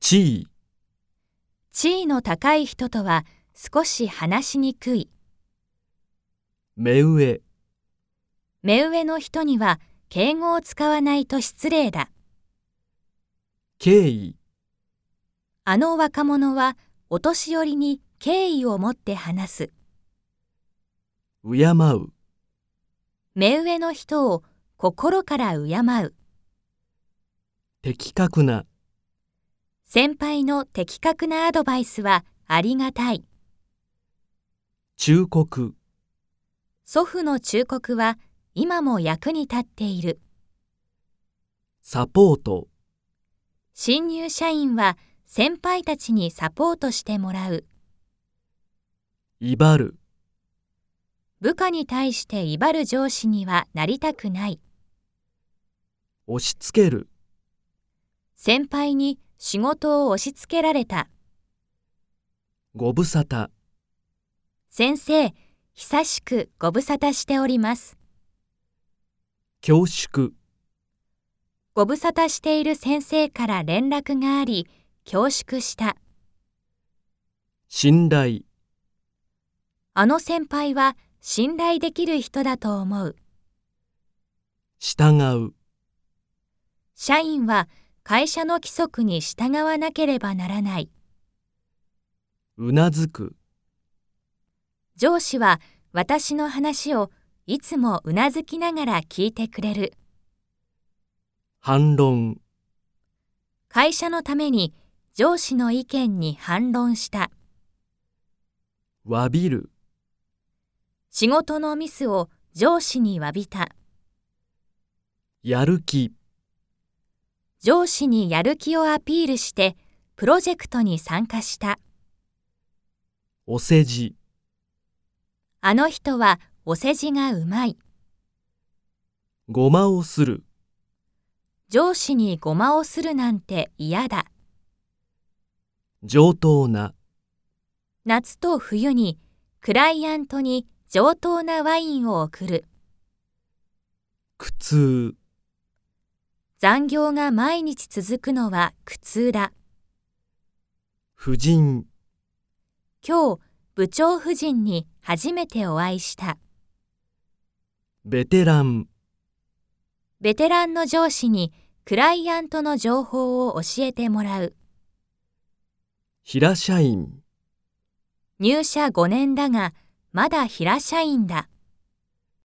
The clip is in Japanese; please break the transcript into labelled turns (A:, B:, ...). A: 地位、
B: 地位の高い人とは少し話しにくい。
A: 目上、
B: 目上の人には敬語を使わないと失礼だ。
A: 敬意、
B: あの若者はお年寄りに敬意を持って話す。
A: 敬う、
B: 目上の人を心から敬う。
A: 的確な、
B: 先輩の的確なアドバイスはありがたい。
A: 忠告、
B: 祖父の忠告は今も役に立っている。
A: サポート、
B: 新入社員は先輩たちにサポートしてもらう。
A: 威張る、
B: 部下に対して威張る上司にはなりたくない。
A: 押し付ける、
B: 先輩に仕事を押し付けられた。
A: ご無沙汰、
B: 先生、久しくご無沙汰しております。
A: 恐縮、
B: ご無沙汰している先生から連絡があり、恐縮した。
A: 信頼、
B: あの先輩は信頼できる人だと思う。
A: 従う、
B: 社員は会社の規則に従わなければならない。
A: うなずく、
B: 上司は私の話をいつもうなずきながら聞いてくれる。
A: 反論、
B: 会社のために上司の意見に反論した。
A: 詫びる、
B: 仕事のミスを上司に詫びた。
A: やる気、
B: 上司にやる気をアピールしてプロジェクトに参加した。
A: お世辞、
B: あの人はお世辞がうまい。
A: ごまをする、
B: 上司にごまをするなんて嫌だ。
A: 上等な、
B: 夏と冬にクライアントに上等なワインを送る。
A: 苦痛、
B: 残業が毎日続くのは苦痛だ。
A: 婦人、
B: 今日、部長夫人に初めてお会いした。
A: ベテラン、
B: ベテランの上司にクライアントの情報を教えてもらう。
A: 平社員。
B: 入社5年だが、まだ平社員だ。